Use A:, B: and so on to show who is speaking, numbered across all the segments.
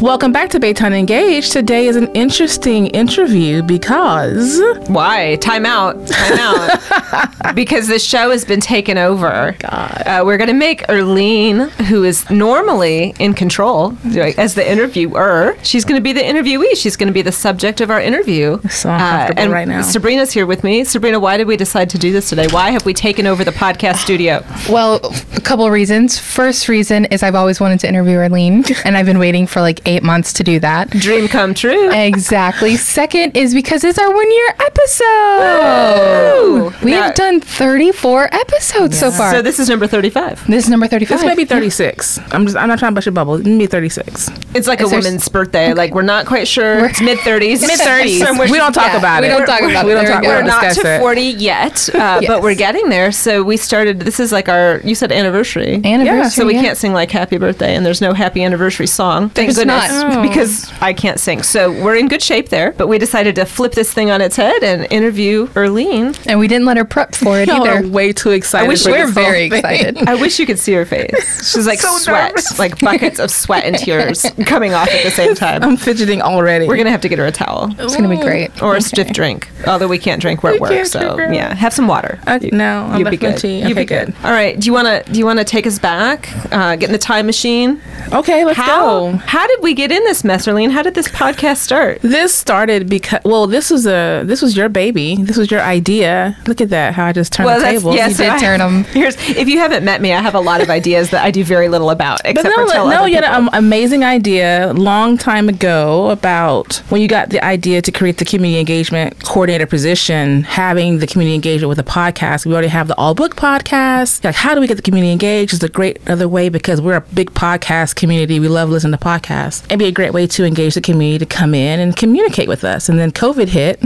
A: Welcome back to Baytown Engage. Today is an interesting interview because
B: Why? Time out. Time out. because the show has been taken
C: Oh
B: over.
A: God.
B: Uh, we're going to make Erlene, who is normally in control like, as the interviewer, she's going to be the interviewee. She's going to be the subject of our interview. Uh,
A: so uncomfortable
B: and
A: right now.
B: Sabrina's here with me. Sabrina, why did we decide to do this today? Why have we taken over the podcast studio?
C: Well, a couple of reasons. First reason is I've always wanted to interview Arlene, and I've been waiting for like eight months to do that.
B: Dream come true.
C: Exactly. Second is because it's our one year episode.
B: Woo!
C: We
B: Now-
C: have done 34 episodes so far.
B: So
C: this,
B: this is number 35.
C: is number 35.
A: this may be 36. I'm just I'm not trying to bust your bubble. It may be 36.
B: It's like a
C: Is there s-
B: woman's birthday. Like we're not quite sure.
C: We're-
B: it's mid thirties.
A: Mid 30s. We don't talk
C: Yeah,
A: about
C: we
A: it.
C: don't talk about
A: we
C: it.
A: Don't
C: There
A: talk,
C: we
A: we
C: go.
B: We're
A: don't
B: not
A: discuss
B: to
A: it.
B: forty yet, uh,
C: Yes.
B: but we're getting there. So we started. This is like our. You said anniversary.
C: Anniversary,
B: Yeah, so we
C: yeah.
B: can't sing like happy birthday, and there's no happy anniversary song. Thank
C: There's
B: goodness,
C: not.
B: because I can't sing. So we're in good shape there. But we decided to flip this thing on its head and interview Erlene.
C: and we didn't let her prep for it
A: Y'all are
C: either.
A: way too excited.
B: wish
A: for
C: We're
A: this
C: very
A: whole thing.
C: excited.
B: I wish you could see her face. She's like
A: So
B: sweat,
A: nervous.
B: like buckets of sweat and tears coming off at the same time.
A: I'm fidgeting already.
B: We're gonna have to get her a towel.
C: It's going to be great.
B: or a stiff drink. Although we can't drink
A: We
B: where at work,
A: can't
B: so
A: drink where-
B: yeah, have some water.
A: Uh, no, I'm
B: You'll be
A: left my
B: good.
A: tea.
B: You'll
A: Okay,
B: be good. All right. Do you wanna do you wanna take us back? Uh, get in the time machine.
A: Okay, let's
B: How
A: go.
B: how did we get in this mess, Arlene? How did this podcast start?
A: This started because well, this was a this was your baby. This was your idea. Look at that, how I just turned the table.
C: yes, You did
B: I-
C: turn 'em.
B: Here's if you haven't met me, I have a lot of ideas that I do very little about,
A: But
B: except
A: no,
B: for tell
A: no,
B: other
A: you had
B: people.
A: an amazing idea long time ago about when you got the idea to create the community engagement coordinator position, having the community engagement with a podcast. We already have the All Book podcast. Like, how do we get the community engaged? Is a great other way because we're a big podcast community. We love listening to podcasts. It'd be a great way to engage the community to come in and communicate with us. And then COVID hit.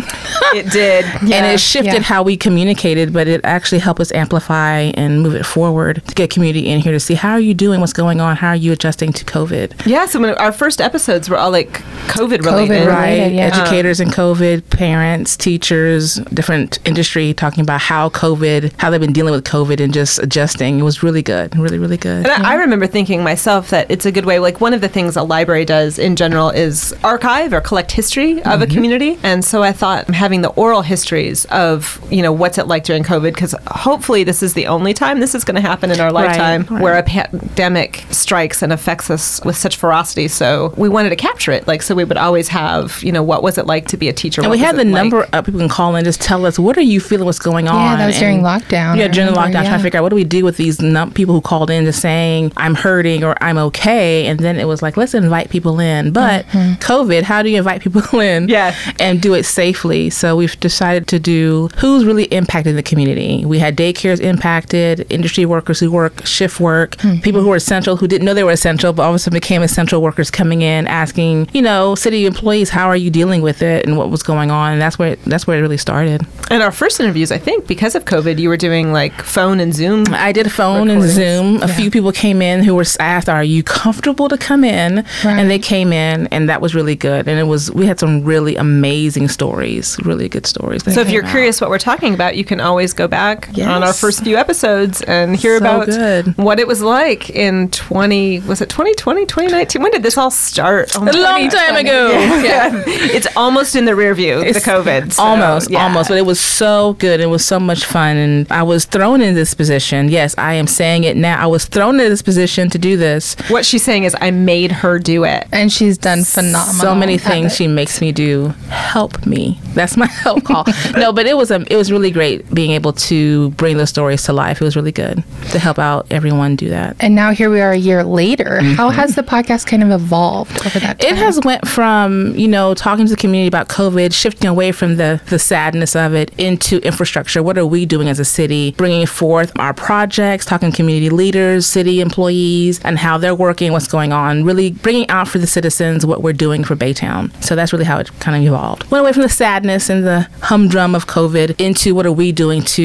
B: it did.
A: and
B: Yeah.
A: it shifted
C: yeah.
A: how we communicated, but it actually helped us amplify and move it forward to get community in here to see how are you doing, what's going on, how are you adjusting to COVID,
B: yeah, so when our first episodes were all like COVID related.
C: Related,
A: right?
C: yeah.
A: Educators in COVID, parents, teachers, different industry talking about how COVID, how they've been dealing with COVID and just adjusting. It was really good, really, really good.
B: And I, I remember thinking myself that it's a good way. Like one of the things a library does in general is archive or collect history of a
A: Mm-hmm.
B: community. And so I thought having the oral histories of you know what's it like during COVID, because hopefully this is the only time this is going to happen in our
A: Right,
B: lifetime
A: right.
B: where a pandemic strikes and affects us with such ferocity. So we wanted to capture it. Like so we would always have you know what was it like to be a teacher.
A: And
B: What
A: we
B: was
A: had
B: it
A: the
B: like?
A: number of people can call in, just tell us what are you feeling, what's going on.
C: that was during
A: and-
C: lockdown,
A: Yeah,
C: I
A: during the
C: remember,
A: lockdown, trying to
C: yeah.
A: figure out what do we do with these num- people who called in just saying I'm hurting or I'm okay, and then it was like let's invite people in. But COVID, how do you invite people in?
B: Yeah.
A: and do it safely. So we've decided to do who's really impacted the community. We had daycares impacted, industry workers who work shift work, people who are essential who didn't know they were essential, but all of a sudden became essential workers coming in asking, you know, city employees, how are you dealing with it and what was going on? And that's where that's where it really started.
B: And our first interviews, I think, because of COVID, you were doing like phone and Zoom.
A: I did phone and
B: Recordings.
A: Zoom. A few people came in who were asked, "Are you comfortable to come in?" And they came in, and that was really good. And it was we had some really amazing stories, really good stories. that
B: So if
A: came
B: you're
A: out.
B: curious what we're talking about, you can always go back on our
A: Yes.
B: first few episodes and hear
A: So
B: about
A: good.
B: what it was like in 20 was it 2020 2019 when did this all start? Oh my
A: a long
B: God.
A: time ago.
B: Yeah. it's almost in the rear view the
A: It's
B: COVID. so,
A: almost,
B: yeah.
A: almost, but it was so good. It was so much fun, and I was thrown in this position. Yes, I am saying it now. I was thrown in this position to do this.
B: What she's saying is I made her do it.
C: And she's done phenomenal.
A: so many
C: at
A: things
C: it.
A: she makes me do. Help me. That's my help call. no, but it was um, it was really great being able to bring those stories to life. It was really good to help out everyone do that.
C: And now here we are a year later. How has the podcast kind of evolved over that time?
A: It has went from you know talking to the community about COVID, shifting away from the the sadness of it into infrastructure. What are we doing as a city? Bringing forth our projects, talking to community leaders, city employees, and how they're working, what's going on. Really bringing out for the citizens what we're doing for Baytown. So that's really how it kind of evolved. Went away from the sadness. sadness and the humdrum of COVID into what are we doing to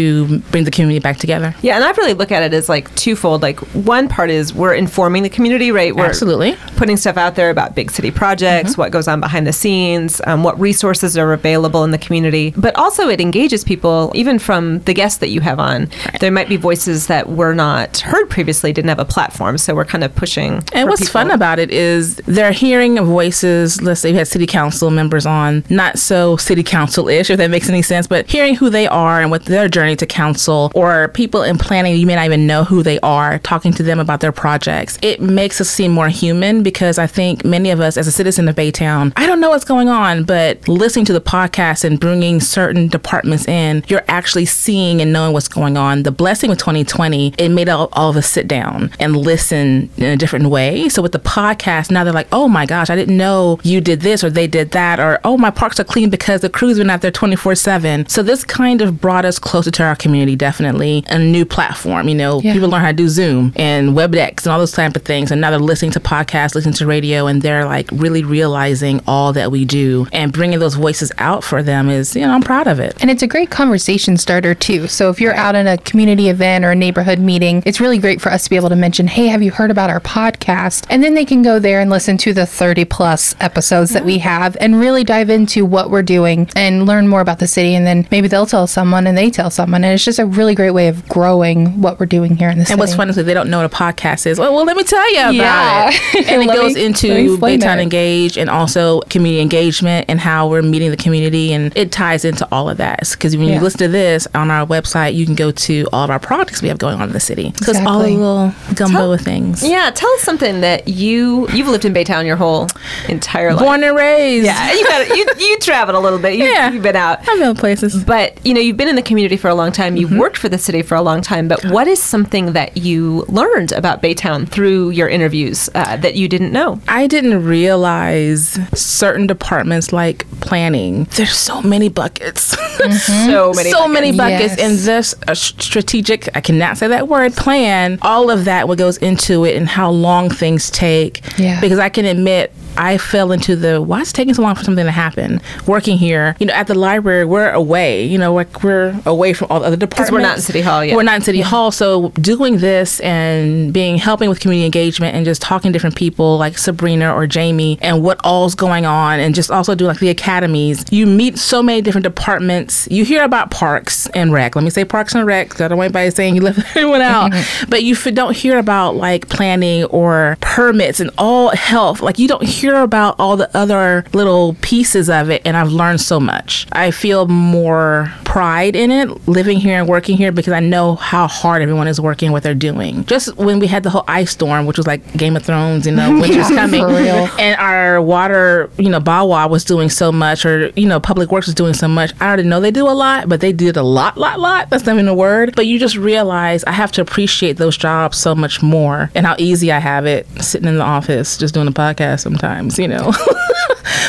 A: bring the community back together?
B: Yeah, and I really look at it as like twofold. Like one part is we're informing the community, right? We're
A: Absolutely.
B: putting stuff out there about big city projects, what goes on behind the scenes, um, what resources are available in the community. But also, it engages people, even from the guests that you have on. There might be voices that were not heard previously, didn't have a platform, so we're kind of pushing.
A: And
B: for
A: what's
B: people.
A: fun about it is they're hearing voices. Let's say we had city council members on, not so city council ish, if that makes any sense, but hearing who they are and what their journey to council or people in planning, you may not even know who they are, talking to them about their projects. It makes us seem more human because I think many of us, as a citizen of Baytown, I don't know what's going on, but listening to the podcast and bringing certain departments in, you're actually seeing and knowing what's going on. The blessing with 2020, it made all, all of us sit down and listen in a different way. So with the podcast, now they're like, oh my gosh, I didn't know you did this or they did that, or oh, my parks are clean because the crew's been out there 24 7. So this kind of brought us closer to our community, definitely. A new platform, you know,
C: Yeah.
A: people learn how to do Zoom and WebEx and all those type of things. And now they're listening to podcasts, listening to radio, and they're like really realizing all that we do and bringing those voices out for them is, you know, I'm proud of it.
C: And it's a great conversation starter too. So if you're out in a community event or a neighborhood meeting, it's really great for us to be able to mention, "Hey, have you heard about our podcast?" And then they can go there and listen to the 30 plus episodes that we have and really dive into what we're doing and learn more about the city and then maybe they'll tell someone and they tell someone and it's just a really great way of growing what we're doing here in the city.
A: And what's fun is that they don't know what a podcast is. Well, well let me tell you about
C: Yeah.
A: it. And it
C: Let me-
A: goes
C: let me
A: into
C: explain
A: Baytown
C: that.
A: Engage and also community engagement and how we're meeting the community. And it ties into all of that. Because when
C: Yeah.
A: you listen to this on our website, you can go to all of our products we have going on in the city. So it's all a
C: Exactly.
A: little gumbo of things.
B: Yeah, tell us something that you you've lived in Baytown your whole entire life.
A: Born and raised.
B: yeah, you got you you traveled a little bit. You,
A: Yeah.
B: you've been out.
A: I've been places.
B: But you know, you've been in the community for a long time. You've worked for the city for a long time. But what is something that you learned about Baytown through your interviews uh, that you didn't know?
A: I didn't realize certain departments like planning, there's so many buckets.
B: So many.
A: Mm-hmm. so many
C: buckets.
A: buckets and this uh, s- strategic i cannot say that word plan all of that what goes into it and how long things take
C: Yeah.
A: because i can admit I fell into the why is it taking so long for something to happen? Working here, you know, at the library, we're away. You know, like we're away from all the other departments.
B: we're not in City Hall yet.
A: We're not in City Hall. So doing this and being helping with community engagement and just talking to different people like Sabrina or Jamie and what all's going on and just also doing like the academies. You meet so many different departments. You hear about parks and rec. Let me say parks and rec. 'cause I don't want anybody saying you left everyone out. but you f- don't hear about like planning or permits and all health. Like you don't hear about all the other little pieces of it. And I've learned so much. I feel more pride in it living here and working here because I know how hard everyone is working what they're doing. Just when we had the whole ice storm, which was like Game of Thrones, you know, winter's
C: for
A: coming,
C: real.
A: and our water, you know, Bawa was doing so much, or you know, Public Works was doing so much. I already know they do a lot, but they did a lot, lot, lot. That's not even a word. But you just realize I have to appreciate those jobs so much more, and how easy I have it sitting in the office just doing a podcast sometimes, you know.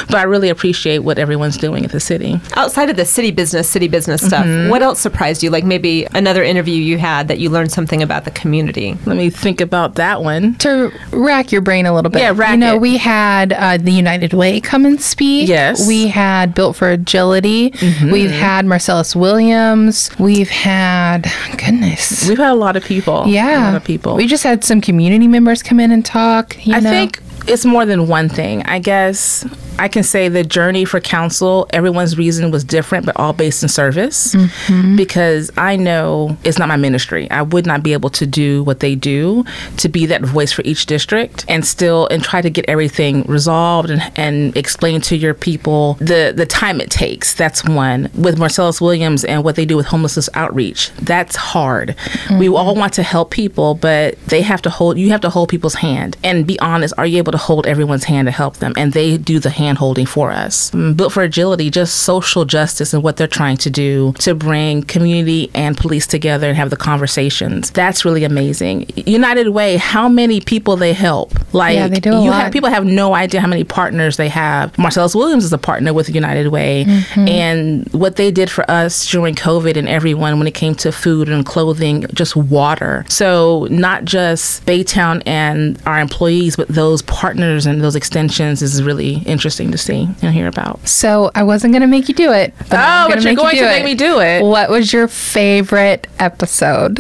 A: but I really appreciate what everyone's doing at the city.
B: Outside of the city business, city business stuff. What else surprised you? Like maybe another interview you had that you learned something about the community.
A: Let me think about that one.
C: to rack your brain a little bit.
A: Yeah, rack
C: You know,
A: it.
C: we had uh, the United Way come and speak.
A: Yes. Mm-hmm.
C: we had Built for Agility. We've had Marcellus Williams. We've had goodness.
A: We've had a lot of people.
C: yeah,
A: a lot of people.
C: We just had some community members come in and talk. You
A: I
C: know?
A: think it's more than one thing. I guess I can say the journey for council, everyone's reason was different, but all based in service.
C: Mm-hmm.
A: Because I know it's not my ministry. I would not be able to do what they do to be that voice for each district and still and try to get everything resolved and, and explain to your people the, the time it takes. That's one. With Marcellus Williams and what they do with homelessness outreach, that's hard. We
C: Mm-hmm.
A: all want to help people, but they have to hold you have to hold people's hand and be honest are you able to hold everyone's hand to help them and they do the hand holding for us Mm, built for agility just social justice and what they're trying to do to bring community and police together and have the conversations that's really amazing united way how many people they help Like
C: Yeah, they do a
A: you
C: lot.
A: have people have no idea how many partners they have. Marcellus Williams is a partner with United Way,
C: Mm-hmm.
A: and what they did for us during COVID and everyone when it came to food and clothing, just water. So not just Baytown and our employees, but those partners and those extensions is really interesting to see and hear about.
C: So I wasn't gonna make you do it. But
A: Oh,
C: I'm
A: but
C: gonna
A: you're
C: make you
A: going
C: do
A: to make me do it.
C: What was your favorite episode?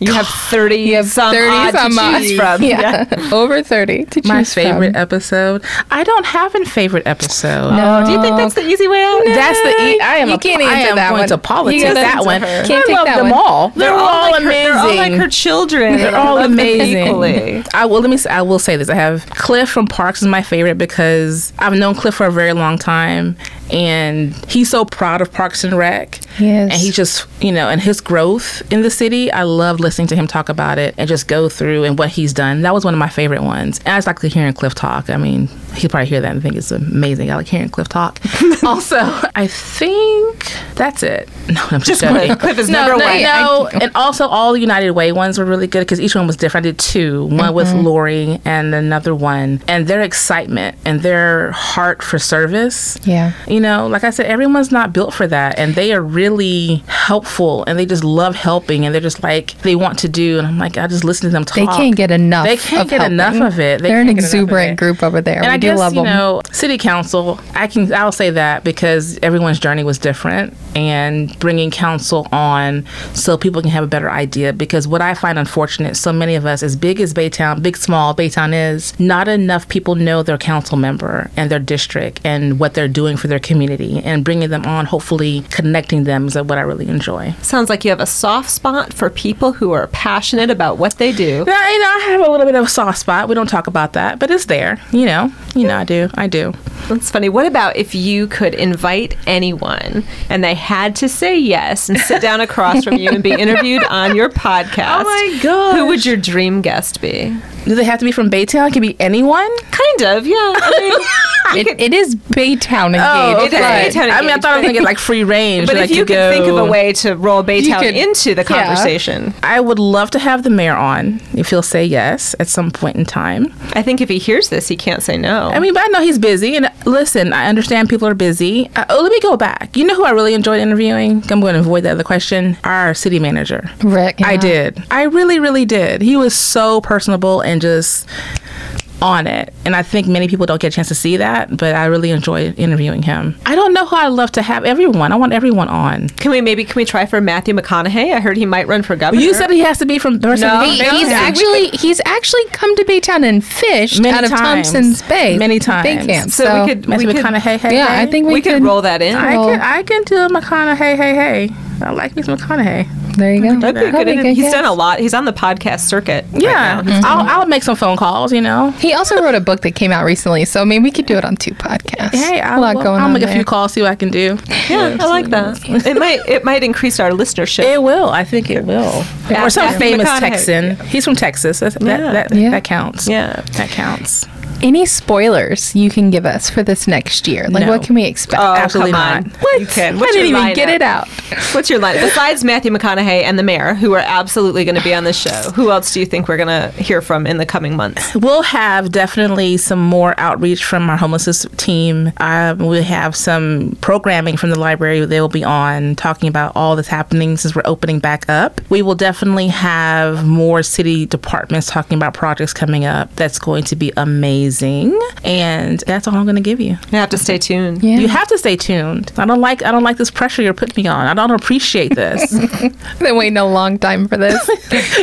B: You have 30
C: You have
A: Um,
B: some
C: 30
A: ah,
B: odd
C: some
B: to
C: odd.
B: choose from.
C: Yeah, over thirty. To
A: My
C: choose from.
A: favorite episode. I don't have a favorite episode.
B: Do you think that's the easy way out?
A: That's the e- I am
C: You
A: a-
C: can't
A: I
C: answer
A: am
C: that
A: going
C: one.
A: to politics
C: You gotta
A: that
C: answer
A: one.
C: her.
A: I
C: Can't take
A: love
C: that
A: them
C: one.
A: all. They're, all,
B: like her-
A: amazing.
B: they're all like her children.
A: They're all
B: Love them
A: amazing.
B: Equally.
A: I will let me. Say, I will say this. I have Cliff from Parks is my favorite because I've known Cliff for a very long time, and he's so proud of Parks and Rec.
C: He is.
A: and he just you know, and his growth in the city. I love listening to him talk about it and just go through and what he's done. That was one of my favorite ones. And I just like hearing Cliff talk. I mean, he'd probably hear that and think it's amazing. I like hearing Cliff talk. also, I think that's it. No, I'm just, joking.
B: Cliff is
A: no,
B: number
A: no,
B: one.
A: No, and also all the United Way ones were really good because each one was different. I did two, one with
C: Mm-hmm.
A: Lori and another one, and their excitement and their heart for service.
C: Yeah.
A: You know, like I said, everyone's not built for that, and they are really helpful, and they just love helping, and they're just like they want to do. And I'm like, I just listen to them talk.
C: They can't get enough.
A: They can't
C: of
A: get
C: helping.
A: enough of it. They
C: They're an
A: can't get enough of
C: exuberant
A: it.
C: group over there.
A: And
C: we
A: I
C: do
A: guess
C: love
A: you
C: them.
A: know, city council. I can I'll say that because everyone's journey was different, and bringing council on so people can have a better idea. Because what I find unfortunate, so many of us, as big as Baytown, big small Baytown is, not enough people know their council member and their district and what they're doing for their community, and bringing them on, hopefully connecting them is what I really enjoy.
B: Sounds like you have a soft spot for people who are passionate about what they do.
A: Now, you know, I have a little bit of a soft spot. We don't talk about that, but it's there. You know, you know, I do, I do.
B: That's funny. What about if you could invite anyone and they had to say yes and sit down across from you and be interviewed on your
A: Oh
B: podcast?
A: my gosh.
B: Who would your dream guest be?
A: Do they have to be from Baytown? It could be anyone.
B: Kind of, yeah. I mean,
C: it, it is Baytown engaged.
A: Oh,
B: It is
A: okay.
B: Baytown
A: I mean, I
B: engaged,
A: thought I
B: but-
A: was gonna get like free range.
B: but
A: like,
B: if you could think of a
A: go-
B: way to roll Baytown
C: could-
B: into the
C: yeah.
B: conversation,
A: I would love to have the mayor on if he'll say yes at some point in time.
B: I think if he hears this, he can't say no.
A: I mean, but I know he's busy. And uh, listen, I understand people are busy. Uh, oh, let me go back. You know who I really enjoyed interviewing? I'm going to avoid that other question. Our city manager.
C: Rick,
A: I
C: yeah.
A: did. I really, really did. He was so personable and just on it. And I think many people don't get a chance to see that, but I really enjoyed interviewing him. I don't know who I'd love to have everyone. I want everyone on.
B: can we maybe can we try for Matthew McConaughey? I heard he might run for governor.
A: You said he has to be from the person
B: No,
A: who-
C: He-
B: no.
C: he's
B: Yeah.
C: actually he's actually come to Baytown and fished
A: Many
C: out of
A: times.
C: Thompson's Bay.
A: Many
C: Bay
A: times.
C: camp.
B: so, we could
A: Matthew
B: we could,
A: McConaughey. Hey,
C: Yeah,
A: hey.
C: I think we,
B: we could roll that in.
A: I
C: roll.
A: can I can do a McConaughey. Hey, hey. I like me some McConaughey.
C: There you go.
B: That'd be a good
C: That'd be
B: inter-
C: a good
B: He's
C: guess.
B: done a lot. He's on the podcast circuit. right
A: Yeah,
B: now.
A: I'll I'll make some phone calls. You know.
C: He also wrote a book that came out recently, so I mean we could do it on two podcasts.
A: Hey,
C: a
A: I'll,
C: lot going
A: I'll
C: on
A: make a
C: there.
A: few calls. See what I can do.
B: Yeah, I like that. It might it might increase our listenership.
A: It will. I think it will.
B: Yeah.
A: Or some
B: Matthew
A: famous
B: McConaughey.
A: Texan. He's from Texas. That's,
B: Yeah.
A: That that,
C: Yeah.
A: that counts.
B: yeah.
A: That counts.
C: Any spoilers you can give us for this next year? Like
A: No.
C: what can we expect?
B: Oh,
A: Absolutely
B: come
A: not.
B: on. What? You can. What's
C: I didn't
B: your
C: even
B: lineup?
C: get it out.
B: What's your line? Besides Matthew McConaughey and the mayor, who are absolutely going to be on the show, who else do you think we're going to hear from in the coming months?
A: We'll have definitely some more outreach from our homelessness team. Um, we'll have some programming from the library. They will be on talking about all that's happening since we're opening back up. We will definitely have more city departments talking about projects coming up. That's going to be amazing. And that's all I'm going to give you.
B: You have to stay tuned.
C: Yeah.
A: You have to stay tuned. I don't like I don't like this pressure you're putting me on. I don't appreciate this.
C: Been waiting a long time for this.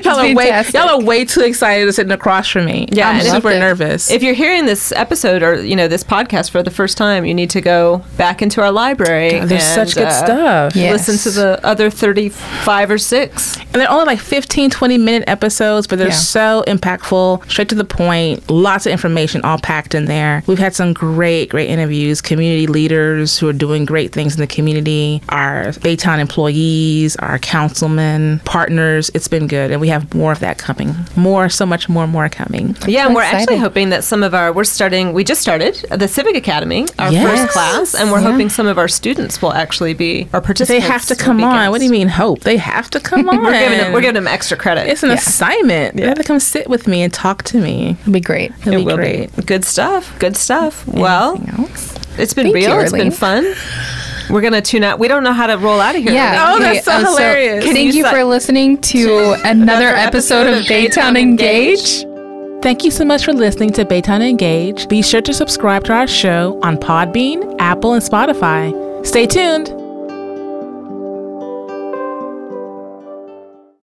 A: y'all, are way,
C: fantastic.
A: y'all are way too excited to sitting across from me.
B: Yeah,
A: I'm
B: and
C: if-
A: super nervous.
B: If you're hearing this episode or you know this podcast for the first time, you need to go back into our library.
A: There's
B: and,
A: such good
B: uh,
A: stuff.
C: Yeah. Yes.
B: Listen to the other 35 or 6.
A: And they're only like 15, 20 minute episodes, but they're
C: Yeah.
A: so impactful, straight to the point, lots of information all packed in there. We've had some great, great interviews, community leaders who are doing great things in the community, our Baytown employees, our councilmen, partners. It's been good. And we have more of that coming. More, so much more, more coming.
B: Yeah, and we're
C: excited.
B: actually hoping that some of our we're starting we just started the Civic Academy, our
A: Yes.
B: first class, and we're hoping some of our students will actually be our
A: They
B: participants.
A: have to
B: will be
A: come on.
B: guests.
A: What do you mean, hope? They have to come on.
B: We're giving them we're giving them extra credit.
A: It's an assignment. They have to come sit with me and talk to me.
C: It'll be great.
A: It'll be
B: will be.
A: great.
B: Good stuff. Good stuff. Well,
A: Anything else?
B: it's been
C: Thank
B: real.
C: you,
B: It's been
C: Arlene.
B: fun. We're gonna tune out. We don't know how to roll out of here.
C: Yeah.
A: Oh, that's so hilarious.
B: Can you
C: thank you,
B: si-
C: for listening to another episode of Baytown Engage.
A: Thank you so much for listening to Baytown Engage. Be sure to subscribe to our show on Podbean, Apple, and Spotify. Stay tuned.